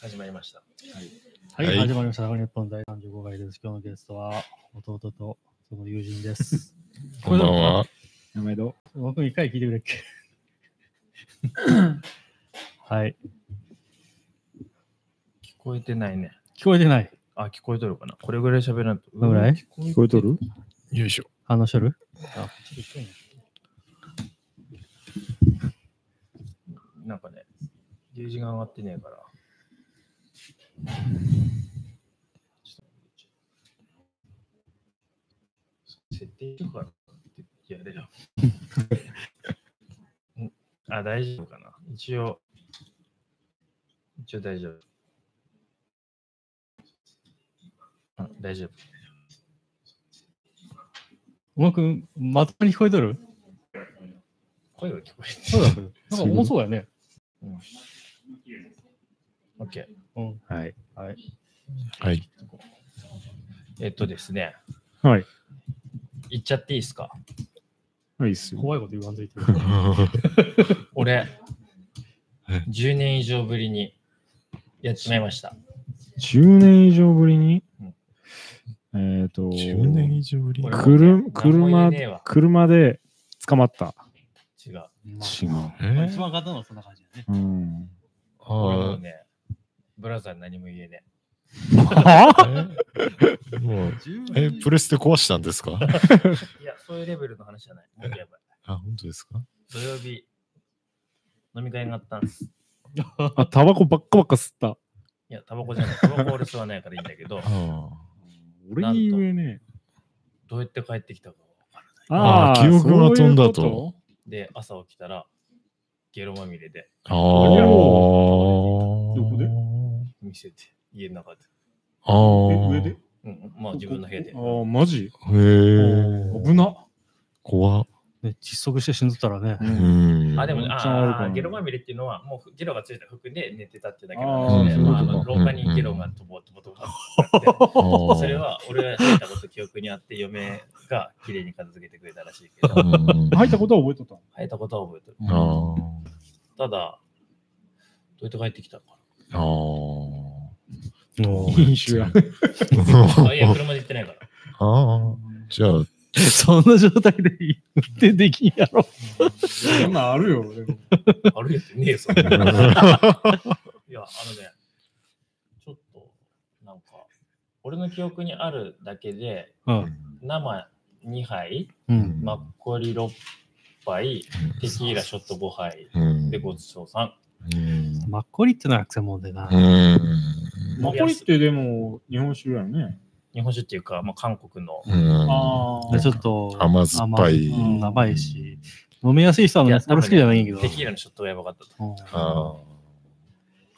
始まりました。はい。はい、はい始まりました。ラグ日本第35回です。今日のゲストは弟とその友人です。 こんばんは。名前ど僕一回聞いてくれっけ はい。聞こえてないね。聞こえてない。あ、聞こえとるかな。これぐらい喋らんと。どのぐらいうん聞こえ聞こえとるよいしょ。話しとるあ、ちょっと低いねなんかね、ゲージが上がってねえから。設定とかってやれよ。んあ、大丈夫かな。一応、一応大丈夫。あ大丈夫。僕、まともに聞こえとる声が聞こえてそうだけど。なんか重そうやね。オッケー。うん。はい。はい。えっとですね、はい。言っちゃっていいですかはい、っすよ。怖いこと言わんといて。俺え、 10年以上ぶりにやっちまいました。 10年以上ぶりにうん、えっ、と、 10年以上ぶりこ。れくる何も言え車ねえわ車で捕まった。違う。違う。えまあ、ー一番簡単なのはそんな感じだね。うん。俺もあうね、ブラザーに何も言えねあ。えもうえ、プレステ壊したん ですかえ。いや、そういうレベルの話じゃない。もっとやばい。あ、本当ですか土曜日、飲み会があったんです。いあ、タバコばっかばっか吸った。や、タバコじゃない。タバコ俺吸わないからいいんだけど、あ俺に言えねえ。どうやって帰ってきたかわからない。あ。あーー記憶が飛んだ。そういうことで、朝起きたら、ゲロまみれで、ああ。俺どどこで見せて、家の中で。あえあ。上でうん、まあ自分の部屋で。ああ、マへジえ。危な。怖っね窒息して死んどったらねう。。うんん。あ、でも、ワンあチャンあるかなーゲロまみれっていうのは、もうゲロがついた服で寝てたってだけあなんーで、そういうこまあ、とあかの廊下にゲロがとぼとぼとぼとぼあとーそれ。は俺が入ったこと記憶にあって、嫁が綺麗に片付けてくれたらしいけど、うんうん入ったことは覚えとったの入ったことは覚えてる。ああ。ただ、どうやって帰ってきたの かああ。飲酒や。な。あいや、車で行ってないから。ああ。じゃあ、 そんな状態で運転できんやろ。そんなんあるよ。でも歩いてねえよ、そん な。いや、あのね、ちょっと、なんか、俺の記憶にあるだけで、うん。生2杯、うん。 マッコリ6杯、テキーラショット5杯、うんでごちそうさん。うんマッコリってのはくせもんでなう。ん。マコリってでも日本酒やよね。日本酒っていうか、まあ、韓国の。うんあであ。ちょっと甘酸っぱい甘うん甘いし、飲みやすい人はね、多分俺ね好きじゃないんやけテど。キーラのショットがやばかったと。うんあ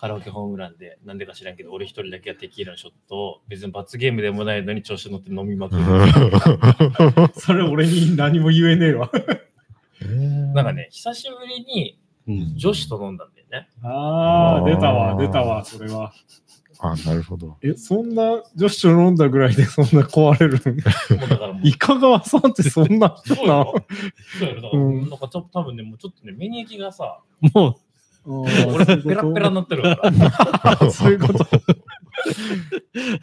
カラオケホームランで、なんでか知らんけど、俺一人だけはテキーラのショットを、別に罰ゲームでもないのに調子乗って飲みま くる。ーそれ俺に何も言えねえわ。なんかね、久しぶりにうん女子と飲んだんだよ ね。ああーあ、出たわ、出たわ、それは。あ、なるほど。え、そんな女子と飲んだぐらいで そんな壊れるのもうだからもう。 いかがわさんってそんなそうよ。そうよ。だから、うんなんかちょっと多分ね、もうちょっとね、免疫がさ、もう、俺ペラペラになってるから。そういうこと。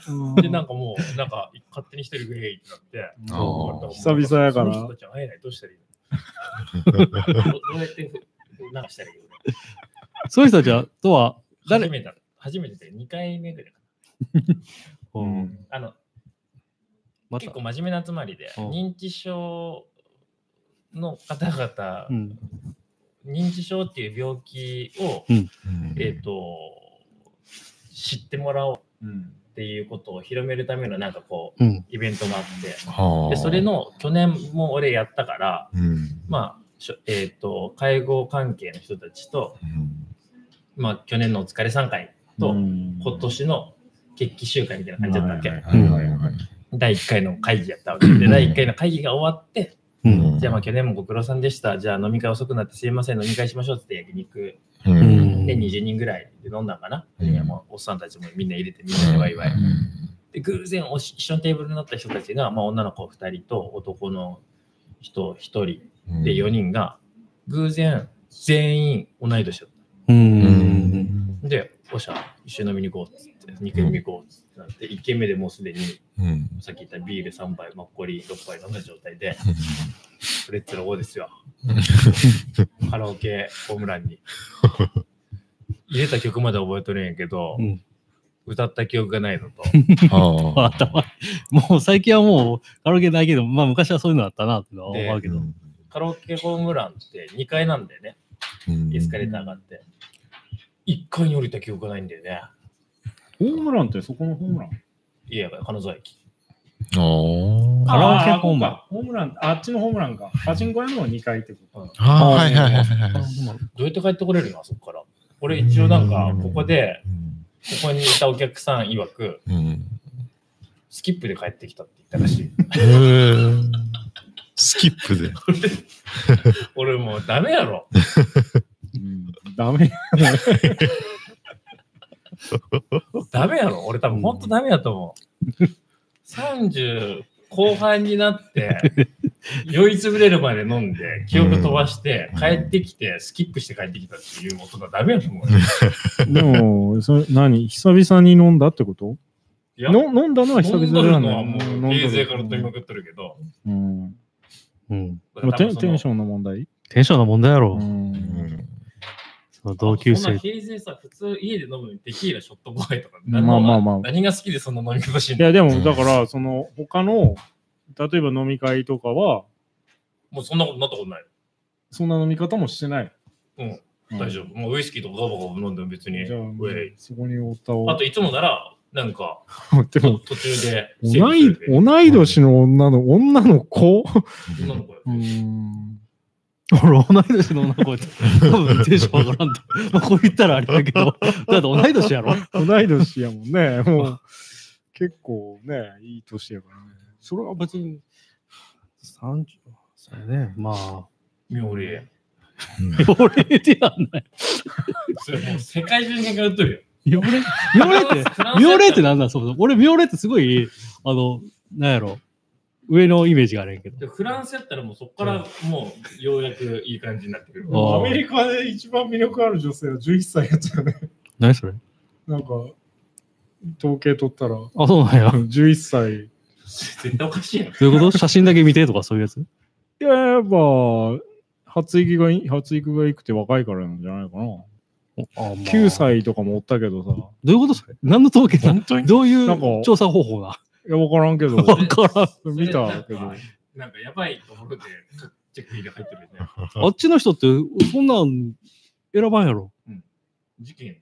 うんで、なんかもう、なんか、勝手に一人グレイってなって。あー久々やからその人たちは会えない、どうしたらいいのどどうやって、なんかしたらいいのそういう人たちはとは、初めてだ、初めてで2回目ぐらいかううんん、な。あの、また結構真面目な集まりで、うん認知症の方々、うん、認知症っていう病気を、えっ、と、知ってもらおうっていうことを広めるための、なんかこう、うん、イベントがあって、はあでそれ、の去年も俺やったから、うんまあ、しょえっ、と、介護関係の人たちと、うんまあ、去年のお疲れさん会と、うん今年の決起集会みたいな感じだったわけ。はいはいはいはい。第1回の会議やったわけうで、ん第1回の会議が終わって、うん、じゃあまあ去年もご苦労さんでした。じゃあ飲み会遅くなってすいません、飲み会しましょうって言って焼肉ううんで20人ぐらいで飲んだのかな。うんいやもうおっさんたちもみんな入れてみんなでワイワイ。うんで、偶然おし一緒のテーブルになった人たちが、まあ女の子2人と男の人1人で4人が、偶然全員同い年だった。うん、ううんん、で、教5社一緒に飲みに行こうっつって、2軒目行こうっつってなって、1軒目でもうすでに、うん。さっき言ったビール3杯、マッコリ6杯飲んだ状態で、レッツローです よ。カラオケホームランに。入れた曲まで覚えとるんやけど、うん歌った記憶がないのと、ああ。頭、もう最近はもうカラオケないけど、まあ昔はそういうのあったなってのは思うけど。カラオケホームランって2階なんだよね、うんエスカレーターがあって。1階に降りた記憶がないんだよね、ホームランってそこのホームランいや、金沢駅。あカラオケホームランあここかホームラン、あっちのホームランか。パチンコ屋の2階ってことか。あ。ああ、はいはいはいはいあはい。でもどうやって帰ってこれるの、あそこから。俺、一応なんかう、んここで、ここにいたお客さん曰く、うん。うんスキップで帰ってきたって言ったらし い。へースキップで。俺もうダメやろ。ダメ。ダメやろ。俺多分本当ダメやと思う。30後半になって、酔いつぶれるまで飲んで、記憶飛ばして、うん帰ってきて、スキップして帰ってきたっていう大人ダメやと思う。でも、それ何久々に飲んだってこといや、の飲んだのは久飲ん々どるなんのだはもう、冷静から飲みまくってるけど、うん。うん。まあテンテンションョンの問題テンションの問題やろ。ん。その同級生。平成さ、普通家で飲むのにテキーラショットボーイとか、まあまあまあ何が好きでそんな飲み方しいないや、でも、だから、その、他の、例えば飲み会とかは、もうそんなことになったことない。そんな飲み方もしてない。うん、大丈夫。夫。もうウイスキーとかガバガバ飲んでも別に。じゃあウェイ、そこにおったを。あといつもなら、なんか、でも、途中で整同理すいる、よね、同い年の女の、女の子女の子やうん。俺、同い年の女の子って、多分テンション上がらんと。まあ、こう言ったらあれだけど、だって同い年やろ。同い年やもん ね。もう、結構ね、いい年やからね。それは別に、 30、それね、まあ。妙齢。 俺ではない。それもう世界中に通ってる妙齢妙齢って、よ。フランス妙や齢ったてらなんなんそもそも。俺、妙齢ってすごい、あの、なんやろ。上のイメージがあるんやけど。でフランスやったらもうそこからもうようやくいい感じになってくる。あーアメリカで一番魅力ある女性は11歳やったよね。何それなんか、統計取ったら、あ、そうなんや。 11歳。絶対おかしいやん。どういう こと写真だけ見てとかそういうやついや、やっぱ、発育がいい、発育がいいくて若いからなんじゃないかな。あ、 9。歳とかもおったけどさ。どういうことそれ何の統計だ当どういなんかう調査方法だいや、わからんけど。わからん。それ見たけどなんかなんかやばいところでチェック入れ入ってるよね。あっちの人って、そんなん選ばんやろ。事件だよ。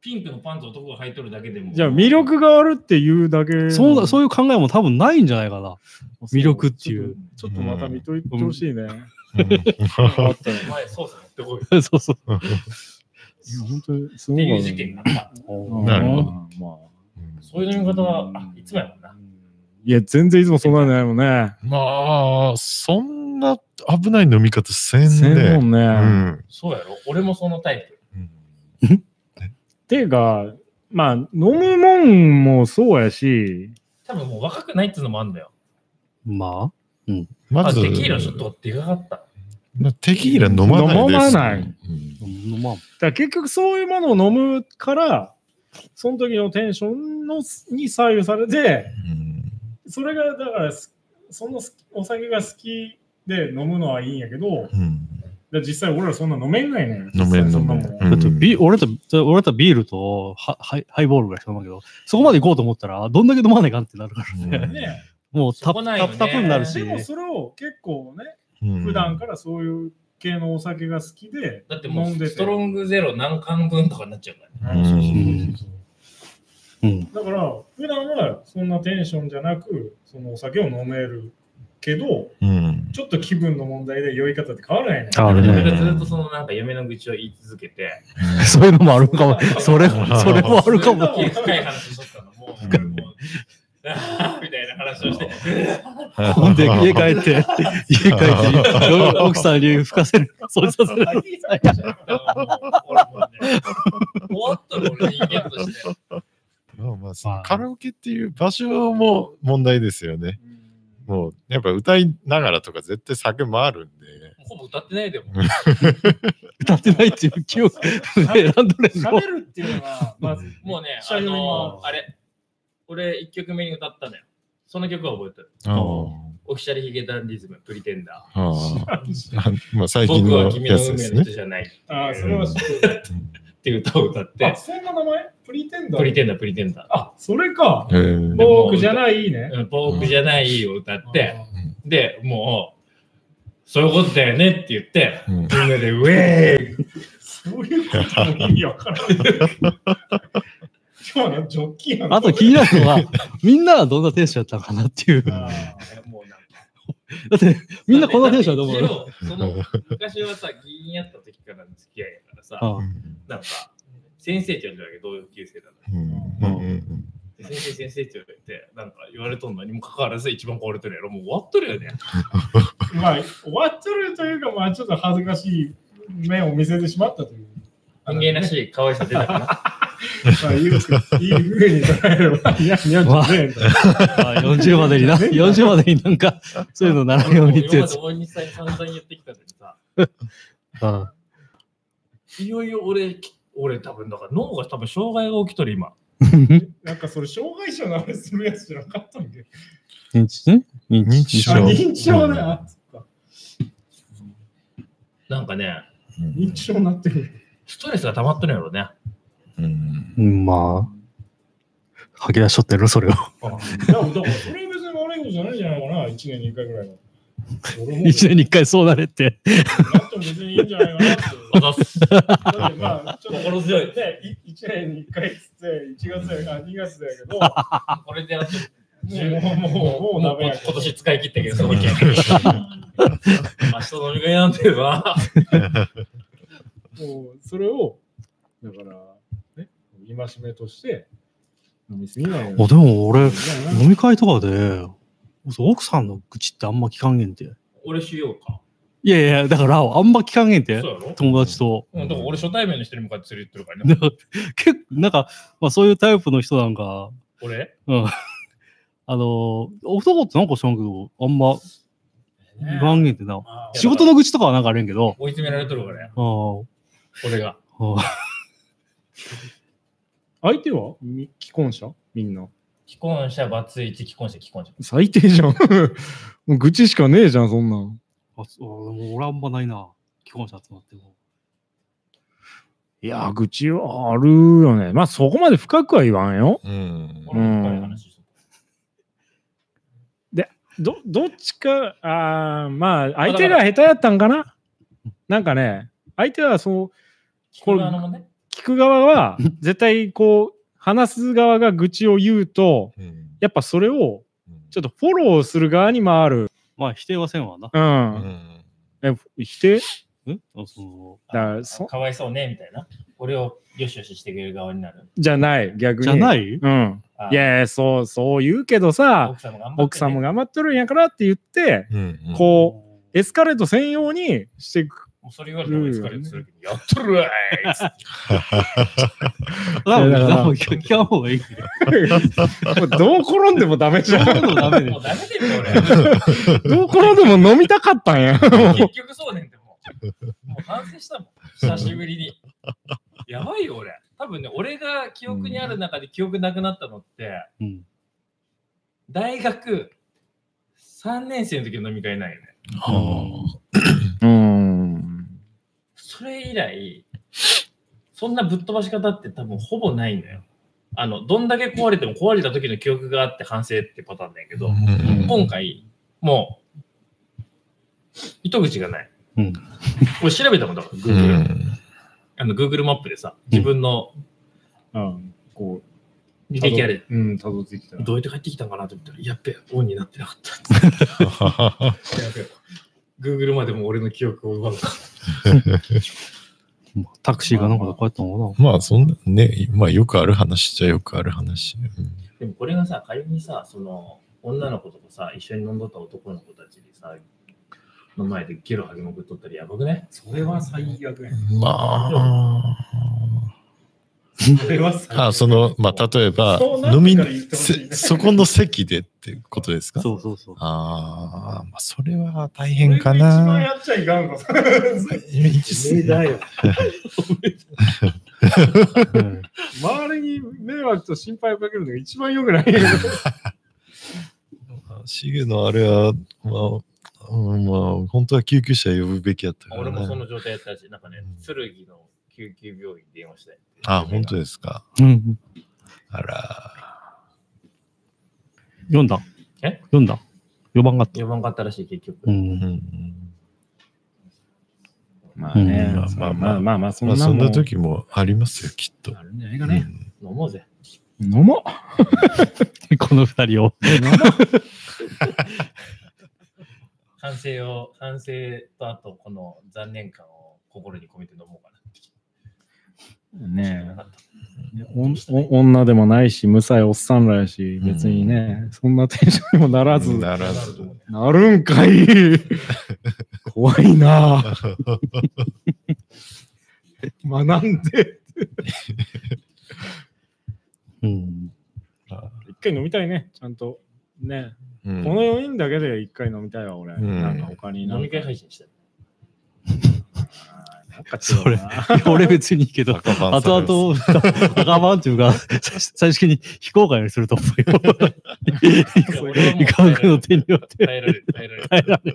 ピンクのパンツ男が履いとるだけでも。じゃあ、魅力があるっていうだけ。そうなそういう考えも多分ないんじゃないかな。 魅力っていう。ちょっとちょっとまた見といてほしいね。あったよ。前、そうそう。ってこい。っそうそう。いや本当にすごていいわう事件があった。うんなるほどまそういう飲み方は、あ、いつもやもんあな。いや、全然いつもそんなのないもんね。まあ、そんな危ない飲み方せんせんで。もんね。うん。そうやろ俺もそのタイプ。ていうか、まあ、飲むもんもそうやし、多分もう若くないっつうのもあんだよ。ままあ、ず、テキーラちょっとでかかった。テキーラ飲まないです。飲まなういんあ、うんまあ、だから結局そういうものを飲むから、その時のテンションのに左右されて、うんそれがだからす、その好きお酒が好きで飲むのはいいんやけど、うんだから実際俺らそんな飲めんないね。飲めん飲そんなめもんん。だってうんビ俺だって俺だったらビールとハハイハイボールぐらいしか飲まんけど、そこまで行こうと思ったら、どんだけ飲まないかんってなるから、ねもうタそッこプなタいよッねプタップになるしで、もそれを結構ね、 うん普段からそういう系のお酒が好きで、だっても飲んでう、てストロングゼロ何缶分とかになっちゃうからね。うんそうそうそうそううん、だから、普段はそんなテンションじゃなく、そのお酒を飲めるけど、うんちょっと気分の問題で酔い方って変わらないね。変わる俺ね。がずっとそのなんか嫁の愚痴を言い続けて、そういうのもあるかも。それ、それもあるかも。すごい深い話しとったの、もう、もうあーみたいな話をして、ほ んで、家帰って、家帰って、夜奥さんに吹かせる。そうさせる。俺もね、終わったの俺人間として。まあまあそのカラオケっていう場所も問題ですよね。もうやっぱ歌いながらとか絶対酒回るんで。ほぼ歌ってないでも。立ってないっていう記憶でランドレーの喋。るっていうのは、まず、もうね、あ喋りのまー、あれ、俺1曲目に歌ったんだよ。その曲は覚えてる。あオフィシャルヒゲダンディズム、プリテンダあああ。まあ最ー。近僕のは君のやつ運命ですのね人。じゃない。ああ、それは知ってる。っていう歌を歌ってあ、、そんな名前プリテンダープリテンダー、プリテンダー。あ、それか。えーでも僕じゃないね。うん僕じゃないを歌って、あー、で、もう、そういうことだよねって言って、うんみんなで、ウェーイそういうことも意味わからない。今日はジョッキーなのあと気になるのは、みんなはどんなテンションやったのかなっていう。だあーもうなんかって、みんなこのテンションだと思うよ。だって一応その昔はさ、議員やった時からの付き合いやからさ、あなんか、先生って呼んでるわけ、同級生だかうんうんうんら。で先生、先生って呼んでて、なんか言われとんのにもかかわらず一番壊れてるやろ。もう終わっとるよね。まあ、終わっちゃるというか、まあ、ちょっと恥ずかしい面を見せてしまったという。人間らしい可愛さ出たかな。まあ、いいいいふうに捉えれば、いや、いや、あ40までにな、40までになんか、そういうのならんようにって今やまつで。大西さんに散々言ってきたのにさ、あいよいよ俺、俺多分、だから脳が多分障害が起きとる今。なんかそれ、障害者のあれするやつじゃなかったんけ認知ん認知あ症認知症だ。あそっかなんかね、うん認知症になってくる。ストレスが溜まっとるんやろね。うんうんまあ、吐き出しとってるそ れを。だから、だからそれ別に悪いことじゃないんじゃないかな、1年に1回ぐらいは。俺も一年に一回そうなれって。なっても別にいいんじゃないかなって。あざっす。だってま あ、ちょっと心強い。ね、1年に1回っつって、1月だか2月だけ ど、これであともうもうもうダメや今年使い切ったけど、その件。明日飲み会なんてば。もうそれを、だから、ね、戒めとして、飲みすぎないようにあ、でも俺、いやなんか飲み会とかで、そう奥さんの愚痴ってあんま聞かんげんて。俺しようか。いやいや、だから、あんま聞かんげんそうやて。ろ友達と。うん、だから俺初対面の人に向かって釣り言ってるからでね。も結構、なんか、まあそういうタイプの人なんか、俺うん。あの、男ってなんか知らんけど、あんま言わんげんてな。仕事の愚痴とかはなんかあれんけど、追い詰められとるからね。あー俺が。あ相手はみ既婚者みんな。既婚者、バツイチ、既婚者、既婚者。最低じゃん。 もう愚痴しかねえじゃん、そんなん。ー、あそうでも俺あんまないな。既婚者集まっても。いや、愚痴はあるよね。まあ、そこまで深くは言わんよ。うん俺も深い話しとったど、どっちか、あーまあ、相手が下手やったんかななんかね、相手はそう、聞く側のもね。聞く側は、絶対こう、話す側が愚痴を言うと、うんやっぱそれを、ちょっっとフォローする側に回る。まあ否定はせんわな。うとん。え、否定うんあそのだからそかわいそうね、みたいな。俺をよしよししてくれる側になる。じゃない、逆に。じゃないいうん。あいやいや、そう、そう言うけどさ、奥さんも頑張って、奥さんも頑張ってるんやからって言って、うんこう、エスカレート専用にしていく。もうそれ言われたら俺疲れてするけど、やっとるわーいっつってだから、いやだから多分聞かん方がいい。もうどう転んでもダメじゃん。そういうのダメでもうダメだよ、俺。どう転んでも飲みたかったんや。結局そうねんてもう。もう反省したもん。久しぶりに。やばいよ、俺。多分ね、俺が記憶にある中で記憶なくなったのって、うん。大学3年生の時の飲み会なんよね。はうん。それ以来、そんなぶっ飛ばし方って多分ほぼないのよ。あの、どんだけ壊れても壊れた時の記憶があって反省ってパターンだけど、あ今回、もう、糸口がない。うん俺調べたもんだから、う Google、んあの Google マップでさ、自分のうん。こう、履歴ある。辿うん、たどってきた。どうやって帰ってきたんかなと思ったら、やっべ、オンになってなかった。やべ、Google までも俺の記憶を奪うか。タクシーがなんかで帰ったのかまあそんなね、まあよくある話じゃよくある話。うんでもこれがさ、仮にさ、その、女の子とかさ、一緒に飲んどった男の子たちにさ、の前でゲロ吐きまくっとったらやばくねそれは最悪や。まあ、それはさあ、その、まあ、例えばそう、なっ飲みてから言って、ほしいねせそこの席でってことですかそうそうそう。ああ、まあ、それは大変かな。やっちゃいかんこと。一だうよ。ん周りに迷惑と心配をかけるのが一番良くない。シゲのあれは、まあ、うんまあ、本当は救急車呼ぶべきやったから、ね。俺もその状態やったし、なんかね、剣の救急病院で電話したい。あ、本当ですか。うん。あら。読んだ。え読んだ。4番があった。呼ばんかったらしい、結局。うんう。んまあねまあまあまあまあ、そまあ、そんな時もありますよ、きっと。あるんじゃないかうね。ん飲もうぜ。飲もこの2人を。反省を、反省とあと、この残念感を心に込めて飲もうかな。う。ねなかったえおんお女でもないし、無才おっさんらやし、別にね、そんなテンションにもならず、なな らなると思ずう。るんかい怖いなあ学んで。うん。一回飲みたいね、ちゃんと。ね、うんこの4人だけで一回飲みたいわ、俺。うんなんか他になん飲かみ会配信したい。なんか違うな俺別にいいけど。赤番され後ます々、赤番っていうか、最最終的に非公開にすると思うよ。 医科学の手によって耐えられる、耐えられる。耐えられ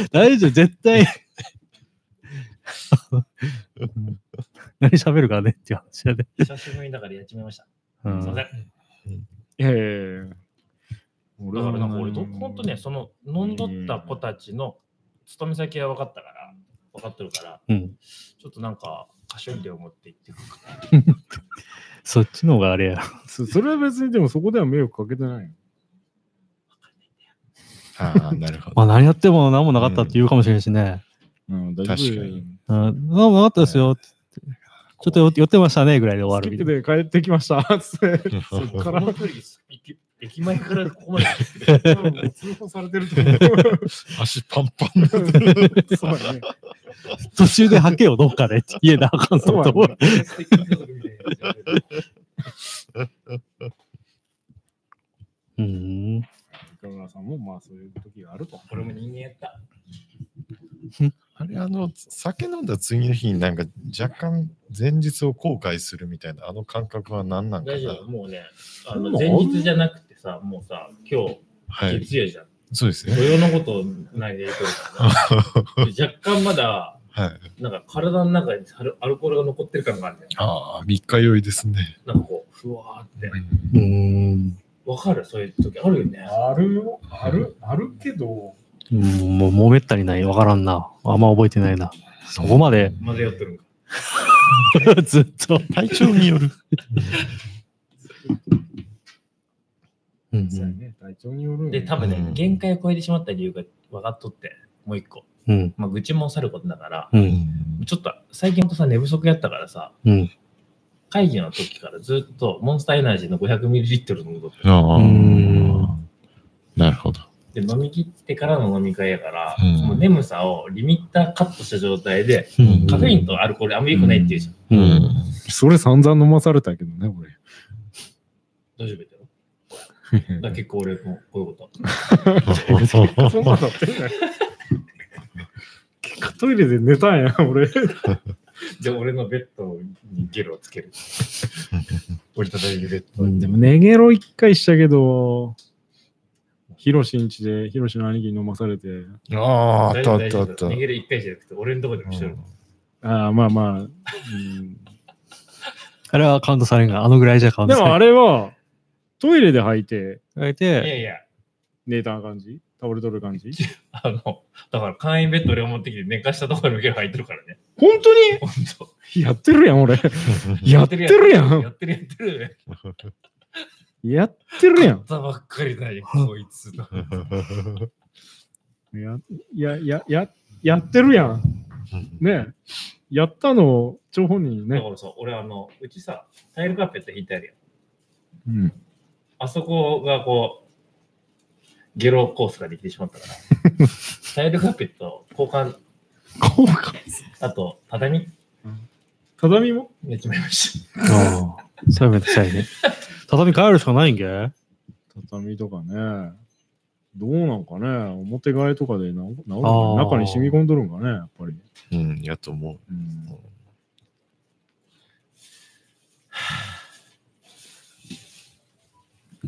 る大丈夫、絶 対。何喋るかねっていう話だね。久しぶりだからやっちまいました。うすいませんん。いやいやいや俺だからなんか俺とと、本当ね、その飲んどった子たちの勤め先は分かったから、分かってるから、うん。ちょっとなんか、カションで思って行ってくるか。そっちの方があれや。そそれは別にでもそこでは迷惑かけてないよ。ああ、なるほど。まあ何やっても何もなかったって言うかもしれんしね。うん、大丈夫確かに。うん、何もなかったですよ。ちょっと寄ってましたねぐらいで終わスるキみッたプいな。で帰ってきました。つってうんそっかららこの距離、駅駅前からここまで。通報されてると思う。足パンパン。そうやね。途中ではけよ、どっかでって言えなあかんとそ うや思うね。素敵な家族みたいな感じでうん。中村さんもまあそういう時があると。俺も人間やった。あれ、あの、酒飲んだ次の日になんか若干前日を後悔するみたいな、あの感覚は何なんか大丈な。夫、もうね、あの前日じゃなくてさ、もうさ、今日、はい。月曜じゃん。そうです土ね。曜のことをないでいくからな若干まだ、はい。なんか体の中にアルアルコールが残ってる感があるね。ああ、三日酔いですね。なんかこう、ふわーって。うん。わかるそういう時あるよね。あるよ。ある、あるけど。うんもう、もうめったにない。わからんな。あんま覚えてないな。そこまで混ぜ寄ってるんか。 ずっと。体調による。うそうやん。ね。体調によるんや。で、多分ね、うん限界を超えてしまった理由が分かっとって、もう一個。うん。まあ、愚痴もさることだから、う。うんんちょっと最近ほんとさ、寝不足やったからさ、うん。会議の時からずっとモンスターエナジーの 500ml 飲むとってあうあん。なるほど。で、飲み切ってからの飲み会やから、うんもう眠さをリミッターカットした状態で、うんカフェインとアルコールあんま良くないっていうじゃん。う。うんん。それ散々飲まされたけどね、俺。大丈夫だよ。だから結構俺もこういうこと。そんなのってない。結果トイレで寝たんや、俺。じゃあ俺のベッドにゲルをつけ る。折りたたみベッドうんに。でも、寝ゲロ一回したけど、ヒロシんちでヒロシの兄貴に飲まされて、あ あ、あ大った丈夫あっ大た丈あ夫った。逃げる一回じゃなくて、俺のとこでもしてる。ああ、まあまあ。うんあれはカウントされんが、あのぐらいじゃカウンでトされん。もあれは、トイレで履いてあれいやで、いや、寝た感じ倒れとる感じあの、だから会員ベッド俺を持ってきて寝かしたところにゲル入ってるからね。本当にほんとやってるやん、俺。やってるややん。ってるやってる。 やってるやん。たばっかりだよ、こいつの。や、や、や、や、やってるやん。ねえやったの、張本人だねか。らさ、俺あの、うちさ、タイルカーペット引いてあるやん。うん。あそこがこう、ゲロコースができてしまった から。タイルカーペット交換、こうか。あと畳畳も寝ちまいました。ああそれめっちゃいいね。畳変えるしかないんけ畳とかね。どうなんかね、表替えとかでな治るのあーか中に染み込んどるんかね、やっぱり。うん、やと思う。うん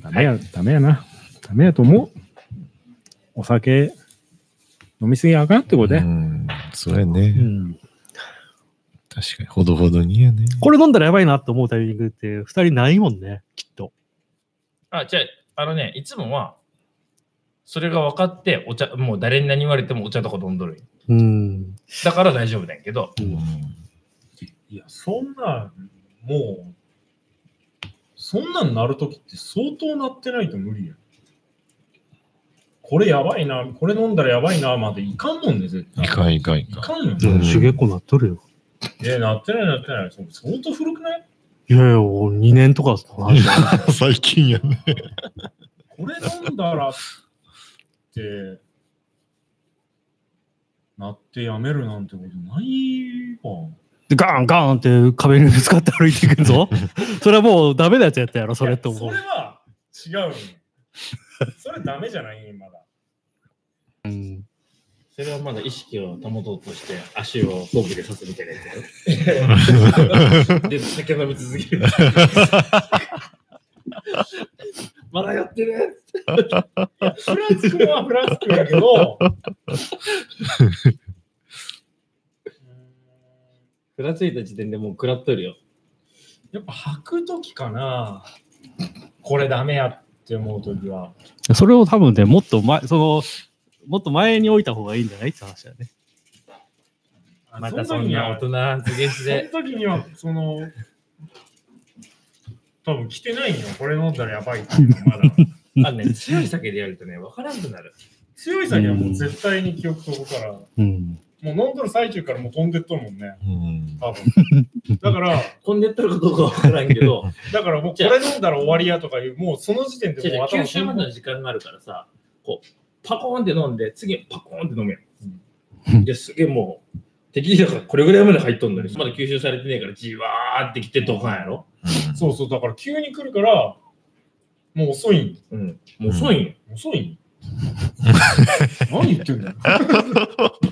ダメや、ダメやな。ダメやと思う。お酒、飲みすぎあかんってことうで。ん、それうね。ん。確かに、ほどほどにやね。これ飲んだらやばいなって思うタイミングって、二人ないもんね、きっと。あ、じゃあ、あのね、いつもは、それが分かって、お茶、もう誰に何言われてもお茶とか飲んどるんよ。うん。だから大丈夫だけど、いや、そんな、もう、そんなんなるときって相当なってないと無理やん。これやばいな、これ飲んだらやばいな、までいかんもんね、絶い対。かんいかんいいかかんよでね。も、主月光なっとるよ。え、なってないなってない。そう相当古くないいやいや、俺2年とかの話だよん。最近やね。これ飲んだらって、なってやめるなんてことないわ。で、ガンガンって壁にぶつかって歩いていくん ぞ。それはもうダメなやつやったやろ、それって思いうや。それは違うよ。それダメじゃないよ、まだ。うん。それはまだ意識を保とうとして、足をフォークで刺すみたいなやつ。で、酒飲み続ける。まだやってる。フランスクはフランスクだけど。ふらついた時点でもう食らっとるよ。やっぱ履くときかな。これダメやって思うときは。それを多分ね、もっと前、その、もっと前に置いた方がいいんじゃないって話だよね。またそんな大その時には人発言し そのて。時には、その、多分着てないよ。これ飲んだらやばいって まだ。あのね、強い酒でやるとね、わからんくなる。強い酒はもう絶対に記憶飛ぶから。うん。もう飲んどる最中からもう飛んでっとるもんね。うん。多分。 だから、飛んでっとるかどうかわからんけど、だからもうこれ飲んだら終わりやとかいう、もうその時点で違う違うもう吸頭収までの時間があるからさ、こう、パコーンって飲んで、次パコーンって飲むや。うんんいや、すげえもう、敵だからこれぐらいまで入っとんのに、まだ吸収されてねえから、じわーってきてドカンやろ。そうそう、だから急に来るから、もう遅いんうん。もう遅いんよ。遅 いん何言ってんだよ。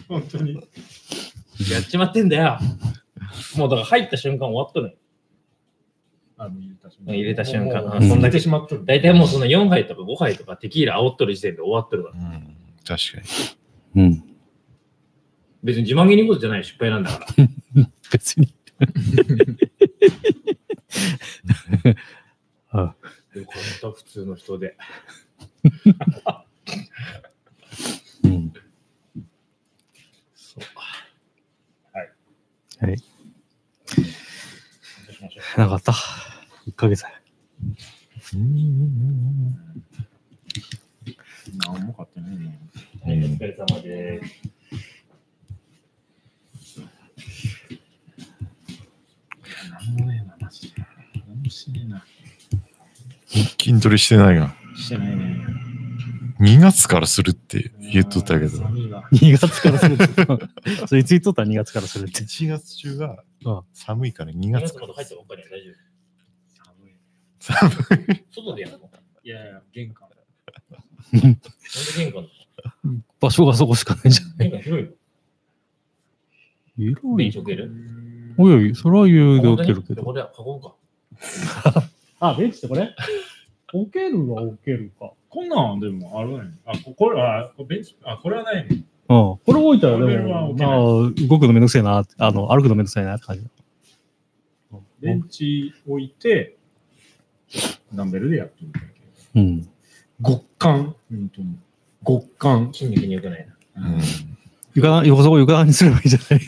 本当に。やっちまってんだ よ。もうだから入った瞬間終わっとるんよあの入れた瞬入れた瞬間もあうもそうんだけ寝てしまっとる。大体もうその4杯とか5杯とかテキーラ煽っとる時点で終わっとるから。うん確かに。うん。別に自慢げに言うことじゃない失敗なんだ から。別 に。あよかった、普通の人で。うん。なかった。1ヶ月。うん何も買ってないね。はい、お疲れ様です。何もねえな、マジで。何もしねえな。筋トレしてないが。してないね。 2月からするって言っとったけど。寒いわ2月からす るって。それいつ言っとった ?2 月からするって。 1月中がうん寒いから2 2月月かまで。入らったばっかりや大丈寒い。寒い夫。外でやるのなんでいやいや、玄関。玄関場所がそこしかないじゃん。玄関広いよ。広電。池置けるおよい、それは言うで起きるけこど。こで囲うか。あ、ベンチってこれ置けるは置けるか。こんなんでもあるね。あ、ここれは、あこれベンチ、あ、これはないね。うん。これ置いたら、こでれはも、置けまないあ、動くのめんどくせえな、あの、歩くのめんどくせえなって感じ。ベンチ置いて、ダンベルでやってみたいけど。うん。極寒。本当に。極寒。筋肉に良くないな。うん床な、横そこ床にすればいいじゃない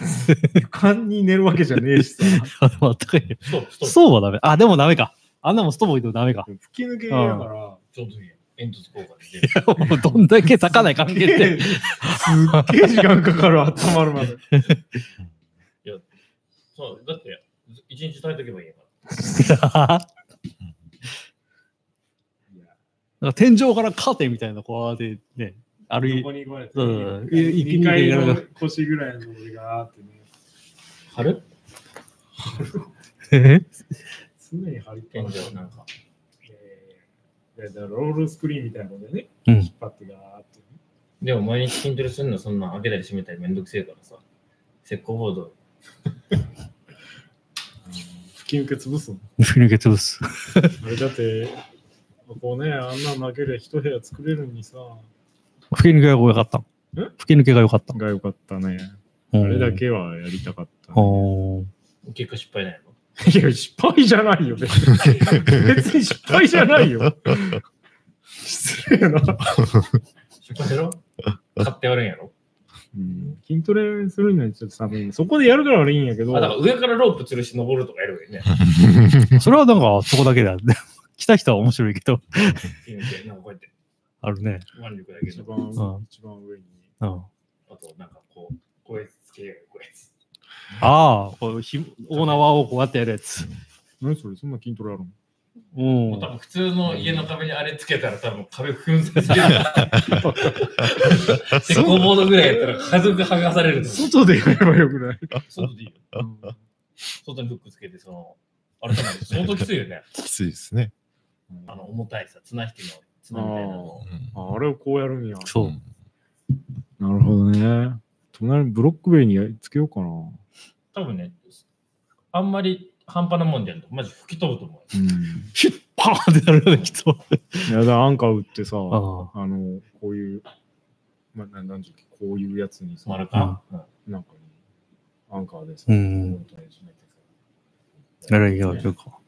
床に寝るわけじゃねえしさ。あ、でもあったかいよ。ストップ、ストップ。そうはダメ。あ、でもダメか。あんなもんストーブ置いてもダメ か。吹き抜けだから。ちょうどいいや。煙突効果で出る。 もうどんだけ咲ない関係って。すっげえ時間かかる、温まるまで。そう、だって、一日耐えとけばいいやから。なんか天井からカーテンみたいなのこうやってね、歩い横にこうやって。うん2階の腰ぐらいの俺があってね。春え常に張りっぱ天なし井なんか。えーでロールスクリーンみたいなのでね、うん引っ張ってガーって、ね。でも毎日筋トレするのそんな開けたり閉めたりめんどくせえからさ。石膏ボード、吹き抜け潰すの。振り抜け潰す。あれだって、こうね、あんな負けりゃ一部屋作れるのにさ。吹き抜けが良かった。え吹き抜けが良かった。が良かったね。ああれだ。けはやりたかった、おー結構失敗ないの。いや、失敗じゃないよ、別に。別に失敗じゃないよ。失礼な。失敗しろ買ってやるんやろうん筋トレするにはちょっと寒いね。そこでやるから悪いんやけどあ、だ、から上からロープ吊るし登るとかやるわよね。それはなんか、そこだけだ。 来た人は面白いけど、筋肉でなんかこうやってあるね。腕力だけ一ど、番、一番上に。うん。あとなんかこう、こうやってつけようこうやつ。ああ、こうひオーナーをこうやってやるやつ。何それそんな筋トレあるのうんもう多。分普通の家の壁にあれつけたら多分壁粉砕する。石膏ボードぐらいやったら家族剥がされると思う。外でやればよくない。外でいいよ。外にフックつけて、その、あれじゃない相当きついよね。きついですね。あの、重たいさ、綱引きの綱みたいなのを。うんああれをこうやるんや。そう。なるほどね。隣にブロックベイにやりつけようかな。多分ね、あんまり半端なもんじゃんと、マジ吹き飛ぶと思うよ。 うん。ヒュッ パーンってなるよね、きっと。いやだ、アンカー打ってさ、ああの、こういう、まあ、ななんじゅうっけこういうやつにさ、丸か。うんなんかね、アンカーでさ、うこんうやって締めてさあ。なるほど、か。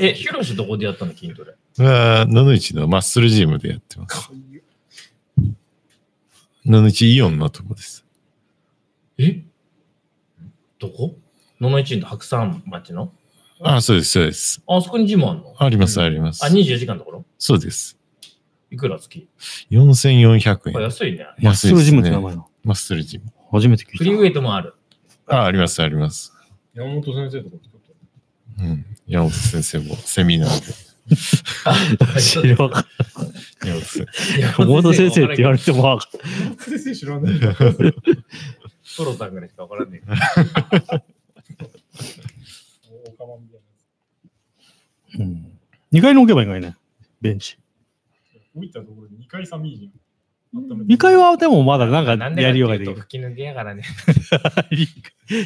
え、ヒロシどこでやったの筋トレ。それは、野々市のマッスルジムでやってます。野々市イオンのとこです。えどこ野々市の白山町のあ、そうです、そうです。ああそこにジムあんのありまうす、んありますあ、。24時間のところそうです。いくら月あ4400円。安いね。マッスルジムって名安いですね前の。マッスルジム。初めて聞フ リーいウェイトもある。あ、あります、あります。山本先生とか作ったうん。山本先生もセミナーで。た。知らんかっ山本先た。 小本先生って言われれてもわかんない、山本先生知らない。トロさんぐらいしかわからねえから。おかまみたいうん、2階に置けばいいのにね、ベンチ。な。置いたところで2回寒いじゃん。 2階はでもまだ なんかやりようができなんでるか。っていうと吹き抜けやからね。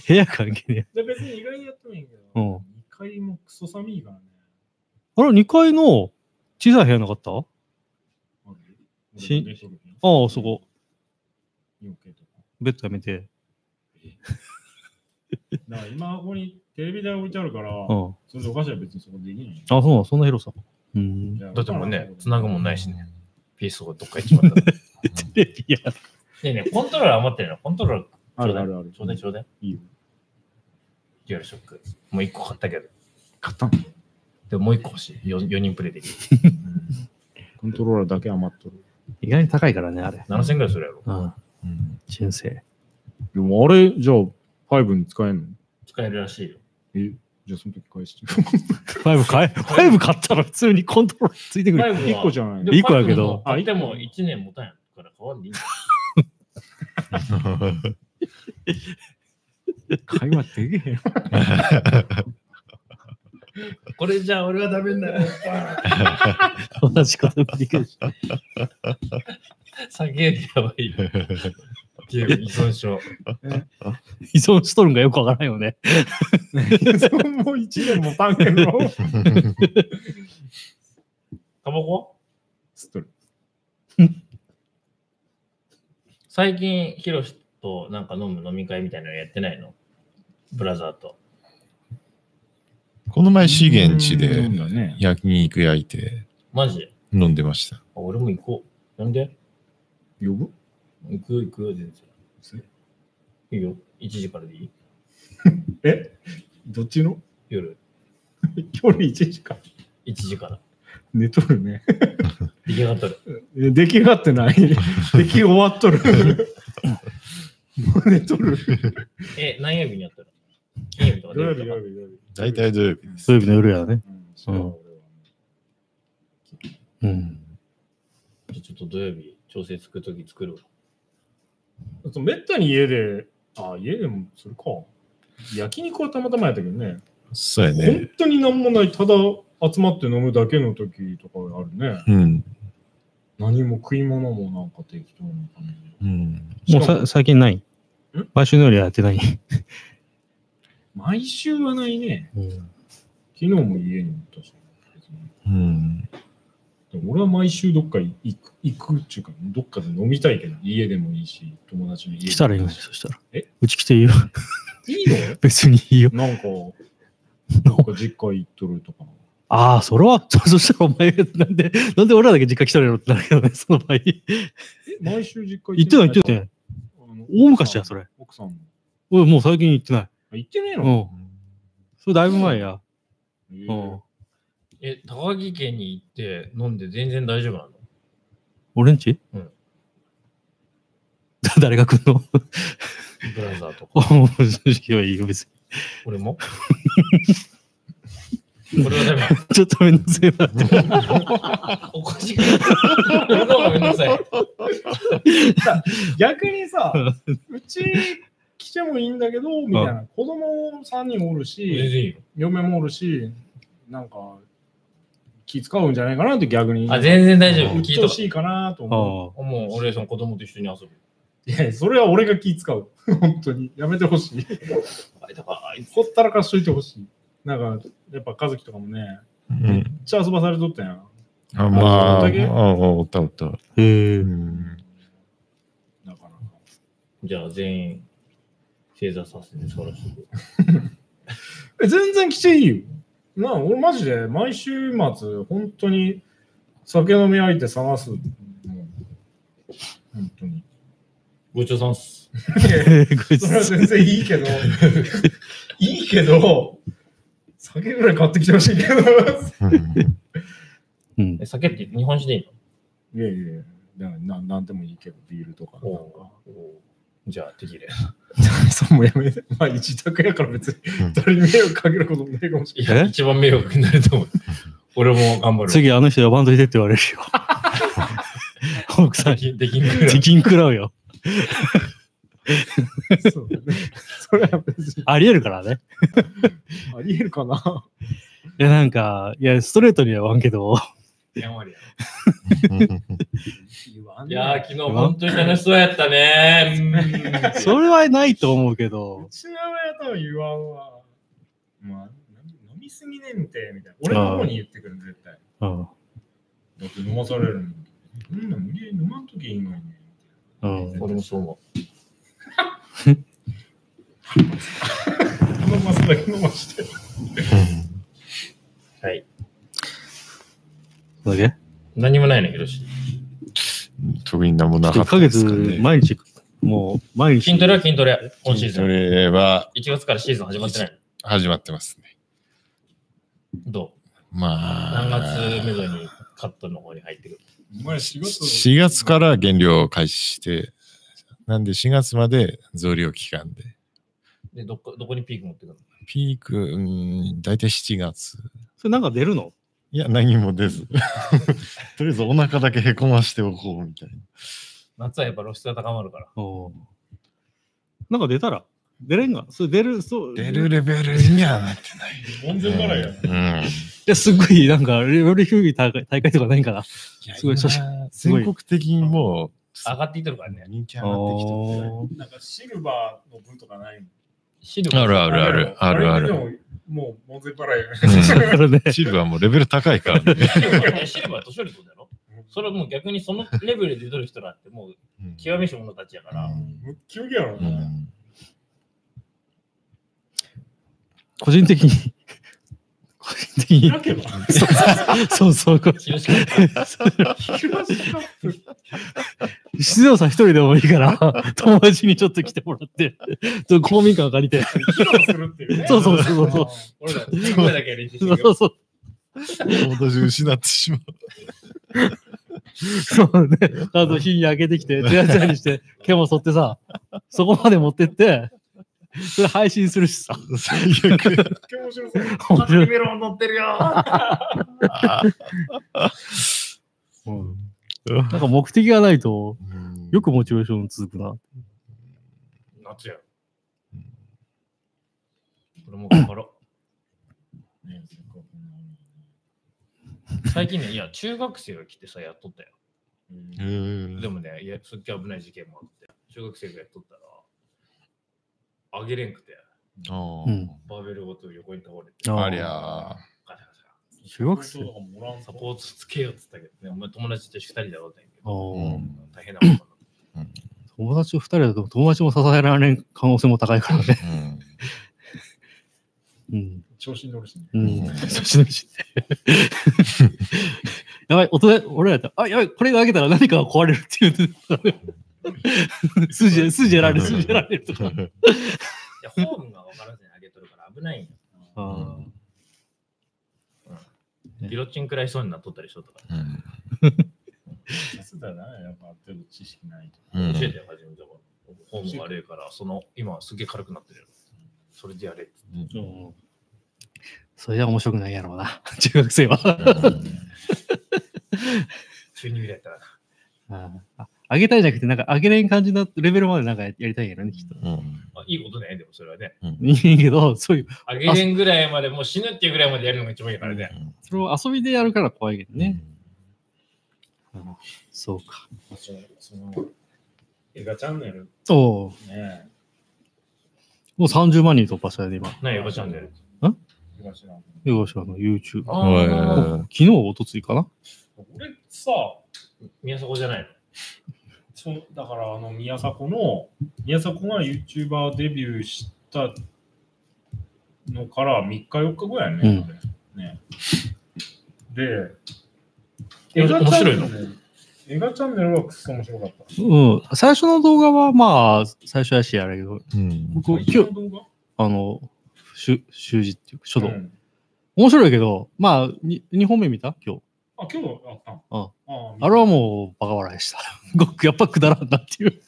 部屋関係ねえ。で別に意外にやってもいいけど、うん2階もクソ寒いからね。あれ、2階の小さい部屋なかったああ、しそこ。ベッドやめて。だから今ここにテレビ台置いてあるから、うん。あ、それでお菓子は別にそこできない。そうなの、そんな広さ。うん。だってもうね、繋ぐもんない しね。生。ピースをどっか行っちまった。ねテレビや。えねえ、コントローラー余ってるのコントローラーあるあるある。ちょうだいちょうだい。いいよ。デュアルショック。もう1個買ったけど。買ったのでももう1個欲しい。4, 人プレイできる。コントローラーだけ余っとる。意外に高いからね、あれ。 7000ぐらいするやろ。うん。うん人生。でもあれ、じゃあ、5に使えんの使えるらしいよ。え、じゃあその時返して。 5買え、5買ったら普通にコントロールついてくる。 1個じゃないいい子やけどあ、でも1年もたんやから変わんでいいんだよ。会話でけへん。これじゃあ俺はダメにな る。同じことできる。叫んでやばいよ。ゲーム依存症。依存しとるんがよくわからんよね。もう1年もパンケの。タバコ吸っとる。最近、ヒロシとなんか飲む飲み会みたいなのやってないのブラザーと。この前、資源地うでんだね。焼肉焼いてマジ飲んでました。あ俺も行こう。なんで呼ぶ行くよ行くよ、全せ然。いいよ。1時からでいいえどっちの夜。距離1時間。 1時から。寝とるね。出来上がっとる。え出来上がってない。出来終わっとる。もう寝とる。え、何曜日にやったの金曜日とか土土曜曜日と日、土か曜日、土曜日。大体土曜日です。そういうの夜やね。うん。そう俺はうん。じゃあちょっと土曜日調整つくとき作るわ。そうめったに家でああ、家でもそれか。焼肉はたまたまやったけどね。そうやね。本当になんもない、ただ集まって飲むだけの時とかあるね。うん。何も食い物もなんか適当な感じで。もうん。うしかもさ最近ない買収のりはやってない。毎週はないね。うん昨日も家におったし。別にうん。でも俺は毎週どっか行く行くっていうか、どっかで飲みたいけど、家でもいいし、友達の家でも来たらいいのに、そしたら。えうち来ていいよ。 いいの別にいいよ。なんか、なんか実家行っと るとか。ああ、それは、 そそしたらお前、なんで、なんで俺らだけ実家来たらやろってなるけどね、その場合。毎週実家。行ってない、行ってないい。大昔や、それ。れ。奥さんも。俺もう最近行ってない。あ行ってねえうのん。それだいぶ前や。へえうん。え、高木家に行って飲んで全然大丈夫なの俺んちうん。だ 誰が来んの ブラザーとか。もう正直はいいよ、別に。俺 も俺はダちょっとめんどくせえな。メ。おかし いから。俺の方がめんどくさい。逆 にさ、うち来てもいいんだけど、みたいな。子供3人お全然るし、いいよ。嫁もおるし、なんか、気使うんじゃないかなって逆に。あ、全然大丈夫。うん聞い鬱と陶かしいかなと思あう。あ。もう俺、その子供と一緒に遊ぶ。いや、それは俺が気使う。 本当に。やめてほしい。あだからあいつほったらかしといてほしい。なんか、やっぱ和樹とかもね、うん。めっちゃ遊ばされとったやん。あ、まあ、ああそんだけあ、おったおった。へえう。ん。なかなか。じゃあ全員正座させてそらしてくえ、全然来ていいよ。なあ、俺マジで毎週末、本当に酒飲み相手探す。もう本当に。ごちそうさんっす。 こいそれはつ全然いい けど、いいけど、酒ぐらい買ってきてほしいけど。いうんうんえ、酒って日本酒でいいやいやいやなな、なんでもいいけど、ビールとかのなんか。おじゃあ、できる。そうもやめて。まあ、自宅やから別にうん誰に迷惑かけることもないかもしれいや、え一番迷惑になると思う。俺も頑張る。次あの人呼ばんといてって言われるよ。奥さんで、きできんくらいチキン食らうよ。ない。そうねそれは別に。ありえるからね。ありえるかな。いや、なんか、いや、ストレートには言わんけど、やんわりや言わいやー、昨日本当に楽しそうやったね。うんそれはないと思うけうど、ちの親とは言わんわ。まあ、飲飲みすぎねんて、みたいな。俺の方に言ってくる、絶対。うん。だって飲まされるのに。そんなん無理やり飲まんときゃいいのに。うん。俺もそう思飲ませだけ飲まして。う。はい。それだけ何もないの、ヒロシ。特になんもなか1ったヶです月か、ね。、毎日、もう、毎日。筋トレは筋トレ。今シーズそン。れは1月からシーズン始まってない。始まってますね。どうまあ、何月目処にカットの方に入ってくる。お前仕事4月から減量を開始して、なんで4月まで増量期間で、で、どこどこにピーク持ってくるピーク、うん、大体7月。それなんか出るのいや、何も 出ず。とりあえずお腹だけへこましておこうみたいな。の夏はやっぱ露出が高まるから。うん。なんか出たら出れんがそれ出る、そう。出るレベルにはなってない。門前払いや。うん。いや、すごい、なんか、レベル低い大会大会とかないんかな。すごい写真今すごい全国的にも上がっていってるからうね。人気あ上がってきてるね。ーなんかシルバーの分とかないのシルバーあるあるあるあるあるれでももう門前払いや。 だからね。シルバーもレベル高いからね。シルバーねシルバー年寄りってことだろそれはもう逆にそのレベルで出る人らってもううん極めし者たちやから。ムッキムキやろ うな。ん 個人的に、個人的に、開けば。そうそう、こ広島静岡さん一人でもいいから、友達にちょっと来てもらって、ちょっと公民館借りて、披露するっていうね。そうそうそうそう俺ら、一回だけ練習してるそうけどそう、私失ってしまう。そうね、あと火に開けてきて、つやつやにして、毛も剃ってさ、そこまで持ってって、それ配信するし さ、最 悪。あー面白そう。面白いメロン乗ってるよーなんか目的がないと、うんよくモチベーション続くな。夏や。これも頑張ろねせっかくなのにう。最近ね、いや、中学生が来てさ、やっとったよ。うーんでもね、いや、すっげえ危ない事件もあって、中学生がやっとったら、あげれんくて、あバーベルごと横に倒れて、ああありゃあ。ガシャガシャ。中学生とかもらんササポポーートつけようって言ったけどね、お前友達と一緒に二人だろうってんけあど、ーうん大変なことになった友達を2人だと友達も支えられん可能性も高いから ね。うんうん。ト調子に乗るしね。うんう。んそっちのし。 やばい、音で、俺らやったら、あ、やばい、これが開けたら何かが壊れるっていう。筋、筋やられる、筋やられるとか。いや、ホームが分からずに上げとるから危ないんよ。あギロチン食らいそうになっとったりしとったから。うんさすがだな、やっぱある程度知識ないと。うん教えてよ、初めてから。ホームが悪いから、その、今はすげえ軽くなってるよ。それでやれって。 음.あ。それじゃ面白くないやろうな、 中学生は。中二ぐらいやったら。ああ上げたいじゃなくて、なんか上げれん感じのレベルまでなんかやりたいんやろね、きっと。うんあいいことね、でもそれはね。うんいいけど、そういう、上げれんぐらいまで、もう死ぬっていうぐらいまでやるのが一番いいからね。 음.それを遊びでやるから怖いけどね。そうか。そのその映画チャンネルおうね。もう30万人突破したよね、今。なに、横ちゃんで。東なんかよし、あの、YouTube。 어,あ 예.ーは昨日、おとついかな俺さ、宮迫じゃないの。そうだからあの宮迫の、宮迫が YouTuber デビューしたのから3日4日後やね。うんあれねで、え映画面チャン白ネいルの映画チャンネルはくっそ面白かった。うん。最初の動画は、まあ、最初やし、あれやけど、い。うん僕、映今日、画の動画あの、習習字っていうか、書道。うん面白いけど、まあ、に2本目見た今日。あ、今日あったんあああれはもう、バカ笑いした。 ごっくやっぱくだらんなっていう。